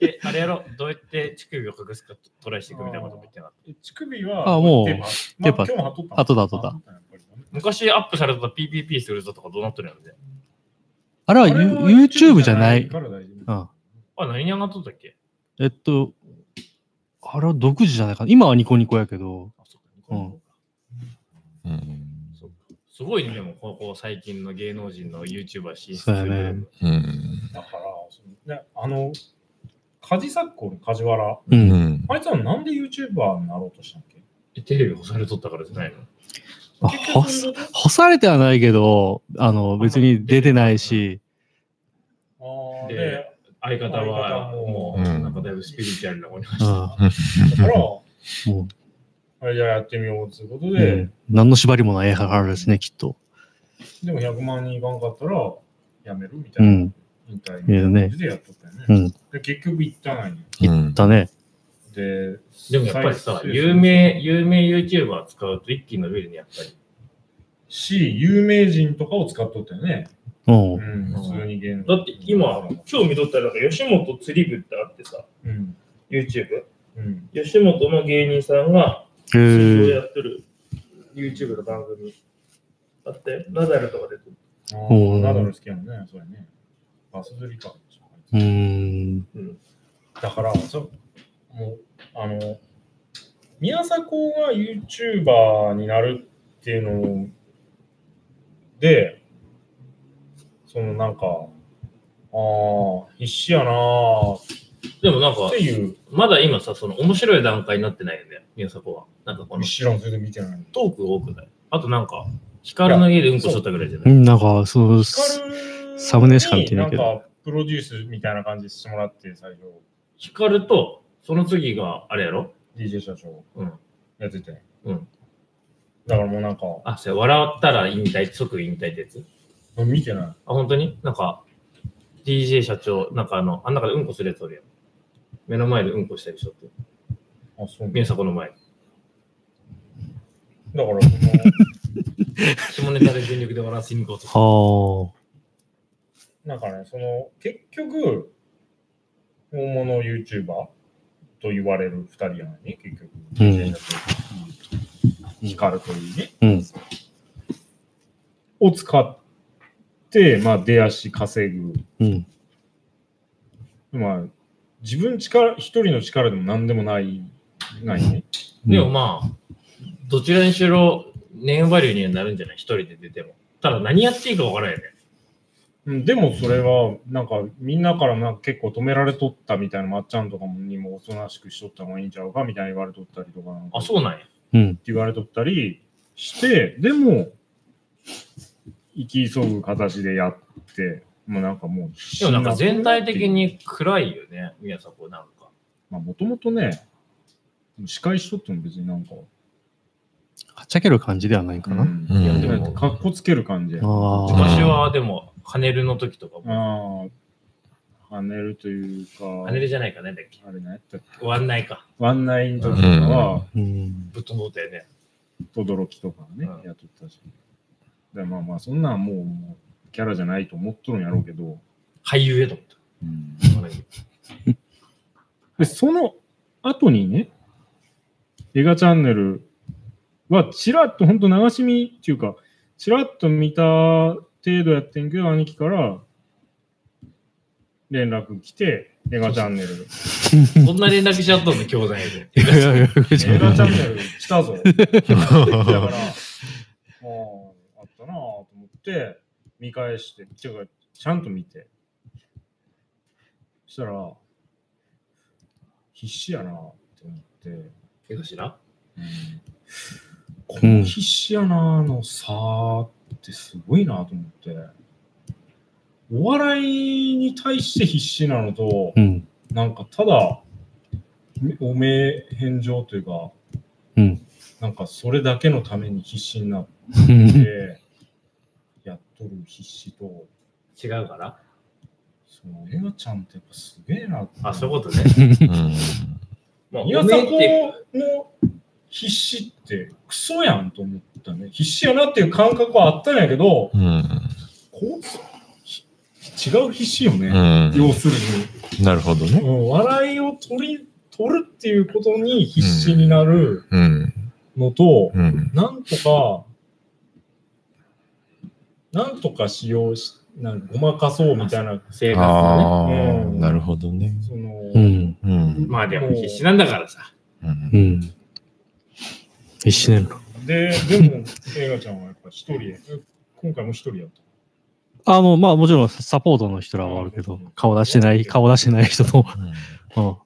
え、あれやろ、どうやって乳首を隠すかトライしていくみたいなことも言ってなかった。う。乳首は、あもうテーパテーパまあ、今日も貼っとったの。貼っとった貼っとった貼やっぱりね昔アップされた PPP するぞとかどうなってるんやろね。あれはユあれは YouTube じゃない。から大丈うん。あ、何に上がっとったっけえっと、あれは独自じゃないかな。今はニコニコやけど、あ、そっか、ニコニコか 음.うんそうかすごいね、でも、ここ最近の芸能人の YouTuber 進出そうやねうん夫だから、そのね、あの、カジサッコの梶原。う。うんんあいつはなんで YouTuber になろうとしたんっけえテレビ干されとったからじゃないのあ干結す局干されてはないけど、あの、別に出てないし、あーでで、相方はもう、うんなんかだいぶスピリチュアルな方に。うん。だから、もあじゃあやってみようということう、で、うん何の縛りもないからですね、きっと。でも100万人いかんかったら、やめるみたう。いなん引退みいたいやなね感じでやっとったよね。うん。で結局行ったないうんだね。で、でもやっぱりさ、再生数有名、有名 YouTuber 使うと一気に伸びるね、やっぱり。し、有名人とかを使っとったよね。うんう。ん、普通に芸能だって今、今日見とったらなんか吉本釣り部ってあってさ、うん、 YouTube。うん。吉本の芸人さんが、へ通常ーやってる YouTube の番組。だって、ナダルとかで撮る。あおーーナダル好きやもんね、それね。バス釣りか。うーん。だから、そもう、あの、宮迫が YouTuber になるっていうので、そのなんか、ああ、必死やなーっでもなんかて、いう、まだ今さ、その面白い段階になってないよね、宮迫は。なんかこの、知らん、それで見てない。トークが多くない。あとなんか、ヒカルの家でうんこしとったぐらいじゃなうい。んなんか、そう、光サムネしか見てないけどになんか、プロデュースみたいな感じしてもらって、最初、ヒカルと、その次が、あれやろ DJ 社長うんやってて。うん。だからもうなんか、あ、それ、笑ったら引退、即引退ってやつ見てあ、な本当になんか、DJ 社長、なんかあの、あん中でうんこするやつおるやん。目の前でうんこしたりしょって。い。あ、そうなんだ宮迫の前に。だから、その、 下ネタで全力で笑わせに行こうとする。はなんかね、その、結局、大物 YouTuber と言われる2人やのに、結局、うん DJ 社長ヒカルというね、あ。うん。を使って、まあ、出足稼ぐ。うん。まあ、自分力、一人の力でも何でもない何でもまあ、どちらにしろ、ネームバリューにはなるんじゃない一人で出ても。ただ何やっていいかわからんよね。うんでもそれは、なんかみんなからなんか結構止められとったみたいな、まっちゃんとかにもおとなしくしとった方がいいんちゃうかみたいに言われとったりとかなんかあ、そうなんや。うんっ。て言われとったりして、でも、生き急ぐ形でやって、もうなんかもう必死でもにななっんてるかっていう、全体的に暗いよね、宮迫なんか。まあもともとね、司会しとっても別になんか、はっちゃける感じではないかな。うんうんいやでも、かっこつける感じや。あー昔はでも、パネルの時とかも、ああ、跳ねるというか、パネルじゃないかね、だっけ。あれ何やったっけ終わんないか。ワンナインとかは、うん。ぶっ飛んどったよね。とどろきとかね、うんやっとったし。だからまあまあ、そんなんもう、もうキャラじゃないと思っとるんやろうけど、俳優へと思った。で、その後にね、映画チャンネルは、ちらっと、本当流し見っていうか、ちらっと見た程度やってんけど、兄貴から連絡来て、映画チャンネル、こんな連絡しちゃったんだ、兄弟で。いやいやいや映画チャンネル来たぞ。だから、まあ、あったなぁと思って、見返して、っていうか、ちゃんと見て。そしたら、必死やなぁって思って、けどしな。この必死やなぁの差ってすごいなぁと思って。お笑いに対して必死なのと、うん。なんかただ、お名返上というか、うんなんかそれだけのために必死になっうんて、やっとる必死と、違うから。そのエガちゃんってやっぱすげえなって。あ、そういうことね。まあ、宮おめえって迫の必死ってクソやんと思ったね。必死やなっていう感覚はあったんやけど、 음.こうひ違う必死よね。要するに。なるほどね。うん笑いを取り、取るっていうことに必死になるうん。のと、うん。なんとか、なんとか使用し、なんごまかそうみたいな、 아,生活のね。ああ、なるほどね。その、うん。 음.うん。まあでも必死なんだからさ。 음.うん。必死ねんの。で、でも、映画ちゃんはやっぱ一人で、今回も一人やった。あの、まあもちろんサポートの人らはあるけど、顔出してない、顔出してない人の。うん。は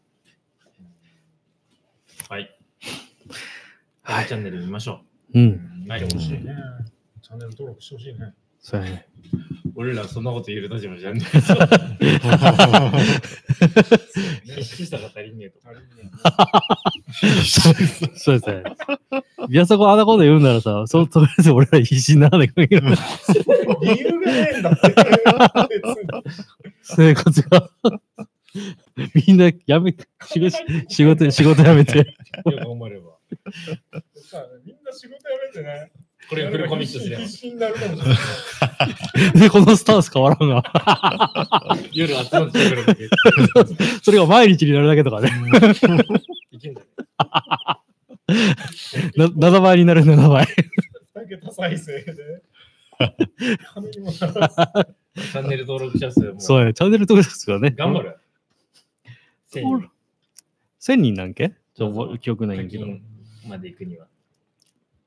い。はいはい。チャンネル見ましょうん。はい見てほしいね。チャンネル登録してほしいね。そうやね。う。俺らそんなこと言える立場じゃんね 음.え。 必死さが足りねえと。あれねそうですね。いや、そこあんなこと言うんならさ、そとりあえず俺ら必死にならない限りない理由がねえんだって。生活が。みんなやめて、仕事、仕事、仕事やめて。 よく思えれば。別にさみんな仕事やめてね。これフルコミットすれば必。死になるかもしれない。で、このスタンス変わらんが。夜集まってくるだけ。それが毎日になるだけとかね。いけんじゃねな7倍になる7倍。だけ多再生で。金にもならずえチャンネル登録者数も。そうやね。チャンネル登録者数がね。頑張る。1000人1000人なんけちょ、覚え記憶ないん課やけど。金まで行くには。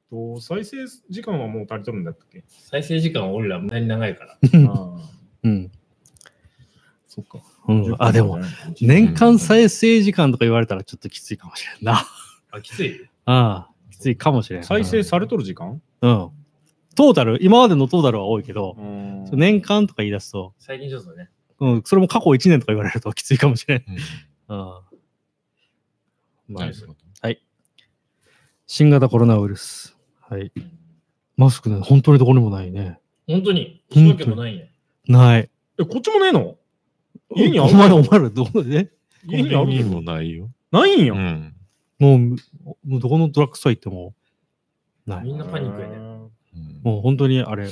と再生時間はもう足りとるんだったっけ再生時間は俺ら無駄に長いから。ああ、うん。そっか。うん。あ、でも、。年間再生時間とか言われたらちょっときついかもしれんな。あ、きつい。ああ、きついかもしれん。再生されとる時間うん。トータル、今までのトータルは多いけど、ね年間とか言い出すと、最近ちょっとね。うん、それも過去1年とか言われるときついかもしれん。うん。まあ、新型コロナウイルス。はい。マスクね、本当にどこにもないね。本当に、そういうわけもないんや。ない。え、こっちもねえの家にあおる前ら、お前ら、どこで、家にあるもないよ。ないんうや。ん。もう、もうどこのドラッグストア行っても、ないみ。んなパニックやね。もう本当にあれ、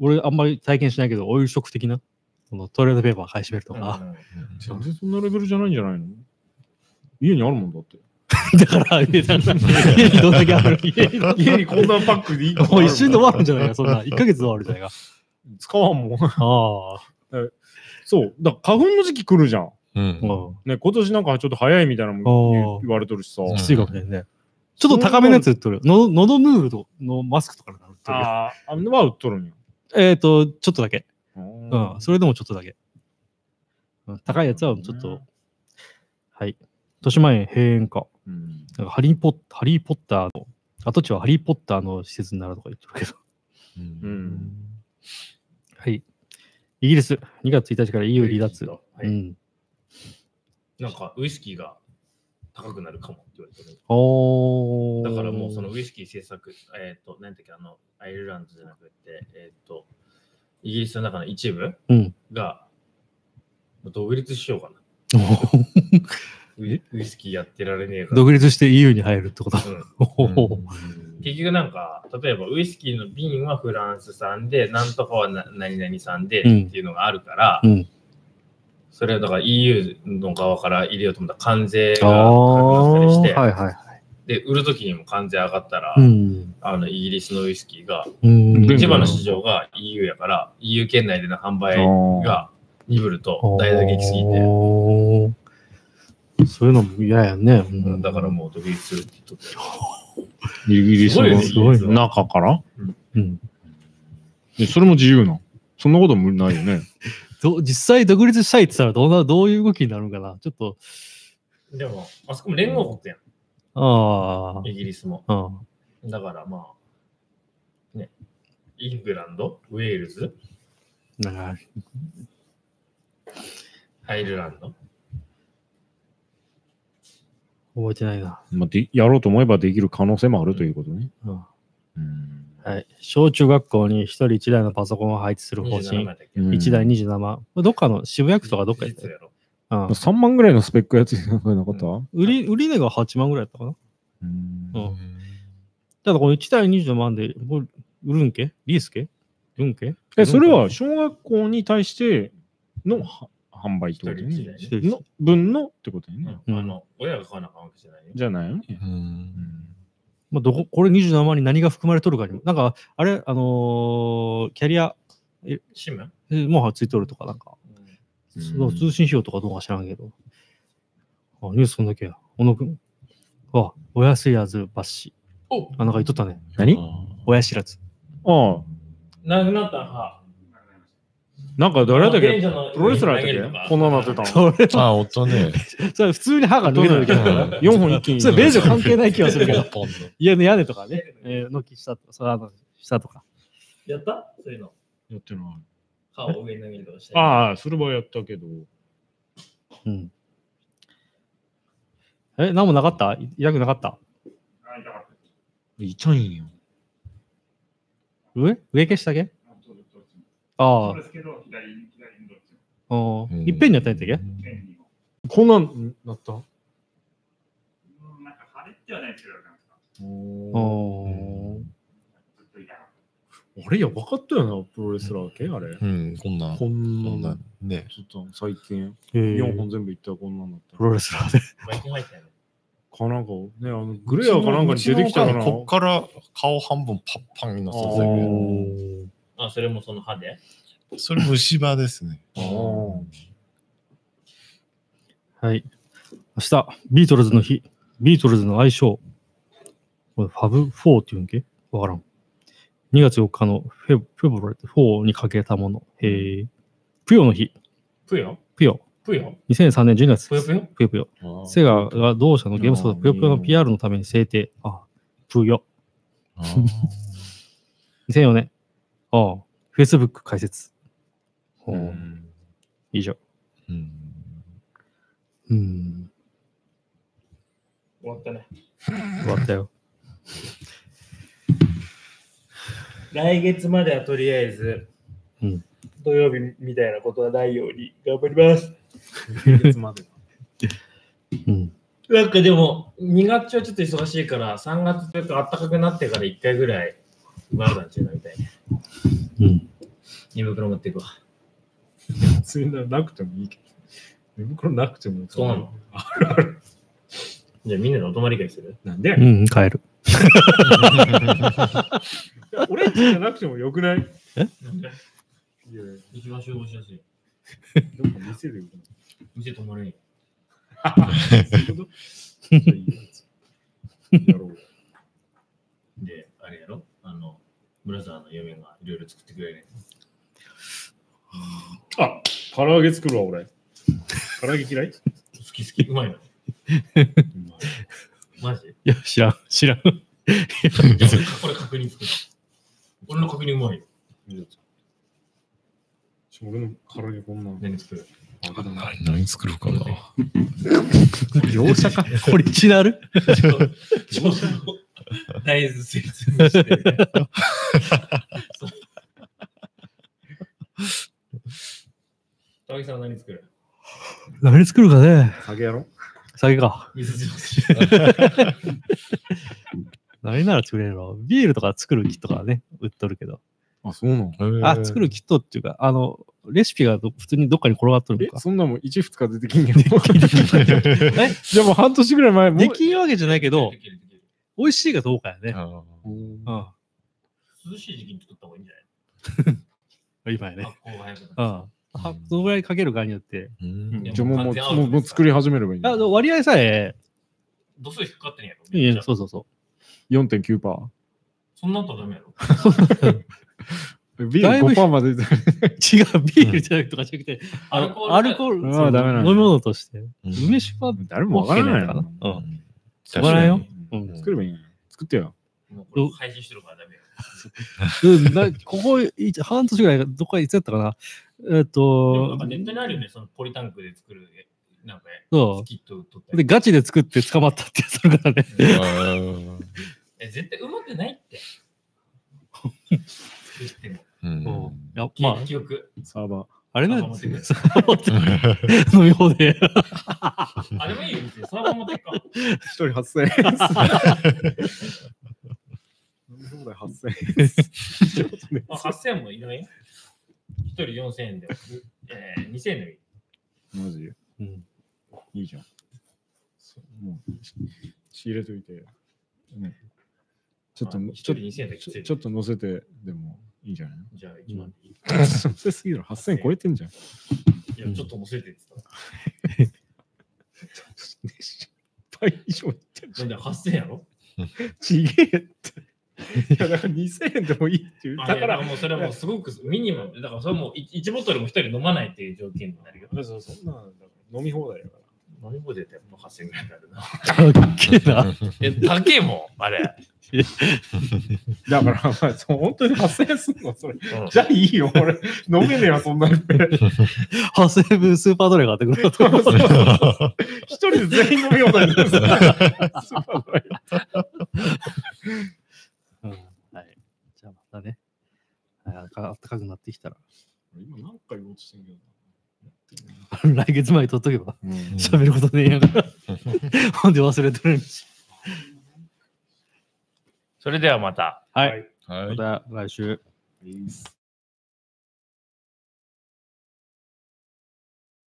俺あんまり体験しないけど、オイルショック的な、そのトイレットペーパー買い占めるとか、うん全然そんなレベルじゃないんじゃないの家にあるもんだって。だから、家だから家にどんだけあ る家に家にこんなパックでいい もう一瞬で終わるんじゃないか、そんな。1ヶ月で終わるじゃないか。使わんもん。ああ。そう。だから花粉の時期来るじゃん。うん。うん。ね、今年なんかちょっと早いみたいなのもあー言言われとるしさ。んきついかもしれんね。ちょっと高めのやつ売っとる。ののどヌードのマスクとかなんか売っとるよ。ああ、あのは売っとるんよ。えっと、ちょっとだけ。ううん。それでもちょっとだけ。うん高いやつはちょっと。はい。豊島園閉園か。うんなんかハリーポッ、ハリーポッターの、跡地はハリーポッターの施設になるとか言ってるけど。うんうん。はい。イギリス、2月1日から EU 離脱。はうい。ん。なんかウイスキーが高くなるかもって言われてる。おだーからもうそのウイスキー政策、えっ、と、なんていうか、あの、アイルランドじゃなくて、えっ、と、イギリスの中の一部うんが、独立しようかな。ウイウイスキーやってられねえから。独立して EU に入るってこと。うんおー結局なんか、例えばウイスキーの瓶はフランス産で、なんとかはな何々産でってうんいうのがあるから、うんそれはだから EU の側から入れようと思ったら関税あがかあ、かったりして、はいはい。で、売るときにも関税上がったら、うん。あのイギリスのウイスキーが、うん一番の市場が EU やから、EU 圏内での販売が鈍ると大打撃すぎて、おーそういうのも嫌やね。うんだからもう独立するって言っとっイギリスすごいのね中からうんえそれも自由な。そんなこともないよね。ど実際独立したいって言ったらどうな、どういう動きになるんかな。ちょっと、て。でも、あそこも連合国やあん、イギリスも。あ、うん。だからまあ、ね、イングランド、ウェールズ、なんかアイルランド。覚えてないな。まあ、でやろうと思えばできる可能性もあるということね。うんうんはい。小中学校に一人一台のパソコンを配置する方27針。枚だっけうん一台27万。どっかの渋谷区とかどっかやった実よやろうん3万ぐらいのスペックやつじゃなかった、うん売り、売り値が8万ぐらいだったかな。うんただこの1対20万で、もう売るんけリースけ売るんけえそれは小学校に対してのは販売ってこと一人ね。一台ねの分のってことね、うんあの、親が買わなあかんわけじゃないよ。じゃないよね。まあ、どこ、これ27万に何が含まれとるかにも。なんか、あれ、あのーキャリア、シムえもうついとるとか、なんか、その通信費用とかどうか知らんけど。あ、ニュースこんだけや。小野くん。あ、親知らずばし。おあ、なんか言っとったね。何親知らず。ああ、なくなったんは。なんか誰だったっけププロレスラーやったっけこんなのなってたの。それは、あ、音ね。それ普通に歯が抜けただけだから。 4本一気に。それ、ベージュ関係ない気がす るけど。ポンポンの家の屋根とかね、えー、軒下とか、空の下とか。やったそういうの。やってない歯を上に投げるとかして。あ。ああ、それはやったけど。うん。え、何もなかったい痛くなかった痛いんよ。上上消したけああ。おーいっぺんにやったんやったっけこんなんなったあおーれ、やばかったよな、プロレスラー系あれ。うん、こんなん。ここんんな。なんんね。ちょっと最近、えー4本全部いったらこんなんだった。プロレスラーで。マイク入ったよね。かなんか、ね、あのグレアかなんかに出てきたかうちのおな。かんこっから顔半分パッパンになさせおる。ーあ、それもその歯でそれ虫歯ですね。あーはい。明日、ビートルズの日、ビートルズの愛称。これファブ4っていうんけわからん。2月4日のフェフェブロレット4にかけたもの。えー、プヨの日、ぷよプヨ。ぷよ2003年12月ぷでよす。ぷよぷよぷよ。セガが同社のゲームソフトぷよぷよの PR のために制定。あ、ぷよ。2004年。ああ、Facebook 開設。ほううん以上。うんうん。終わったね。終わったよ。来月まではとりあえず、うん土曜日みたいなことはないように頑張ります。うん。なんかでも、2月はちょっと忙しいから、3月というか暖かくなってから1回ぐらい、バーガーチェーナみたいな。うん。寝袋持っていくわ。それななくてもいいけど。寝袋なくてもいいそうなのあるある。じゃあみんなでお泊まり会するなんでうん、帰る。俺んちじゃなくてもよくないなんでいやいや行きましょう、しやすい。どっか店でよくない見て止まれんよ。で、あれやろあの、ブラザーの嫁がいろいろ作ってくれるね。あ、唐揚げ作るわ、俺。唐揚げ嫌い好き好き、う まいの。マ ジいや、知らん、知らん。いや、俺これ確認作った。俺の確認うまいよ。俺の唐揚げこんなの。何作る何何作ろうかな。両者か。 オリジナルちょっとちょっと大豆説 明してるね。高木さんは何作る何作るかね。揚げやろ酒か。味噌汁。何なら作れるのビールとか作るキットがね、売っとるけど。あ、そうなのあ、作るキットっていうか、あの、レシピがど普通にどっかに転がっとるえの、か。そんなもん1、2日出てきんやろ。じゃあもう半年ぐらい前、もうできるわけじゃないけどで、きるできる美味しいかどうかやね。 あううんん。涼しい時期に作った方がいいんじゃ今やないね。発酵が早くなるうん。はどのぐらいかけるかによって。ーうんじゃあもうもういやもうもうもう作り始めればいいんあだ。の割合さえ、度数低かったんやろいや、そそうそうそ4.9%。そんなんとダメやろビール5%まで出 てう。違う、ビールじゃなくとかじゃなくて、あのアアルルココール、あーそうダメなの飲み物として。うん梅酒は誰もわからないかなよ。。うん。確わからんにようん作ればいいんや作ってよ。もうこれ配信してるからダメよ。うんなここい半年ぐらい、どっかいつやったかな。えっでもなとんか、ネットにあるよね、そのポリタンクで作る、なんか、そスキット取ったう。で、り。ガチで作って捕まったってやつあるからね。あーえ絶対うまくない って。作っても。うんいやままあ、記憶。サーバあ、あれサーなバーん持でっすてくよだ。さい 飲み放題。あ、でもいいよ、別にサーバー持ってくか。ー。一人8000円。そうだよ、8000円。まあ、8000円もいらないよ。1人4000円で、えー、2000円でもいい。マジうんいいじゃん。そうもう仕入れといて。ね、ちょっと、まあ一ち人ょ2000円できつちょい。ちょっと乗せて、でもいいじゃ ないじゃあ1万でいい。乗せすぎだろ、8000円超え てんじゃん。いや、ちょっと面白いって言って 倍以上いってんじた。なんで8000円やろちげえって。いや、だから2000円でもいいっていう。だだかからら、もうそれはもうすごくミニマム。だからそれはもう1ボトルも1人飲まないっていう条件になるよ。そうそんなだから飲み放題だか飲み放題ってやっぱ8000円ぐらいになるな。かっけえな。 え、高えもん、あれ。ら。だから、まあ、そう本当に8000円すんのそれ。うん じゃあいいよ、俺。飲めねえよ、そんなの。派生分スーパードライが買ってくると思う。一人で全員飲み放題に なるうんはい。じゃあまたね。はいあかあったかくなってきたら。 今何回言おうとしてんけど。来月前に撮っとけば。うん喋ることねえやから。 ほんで忘れとるんし。それではまた。はい。はいまた来週。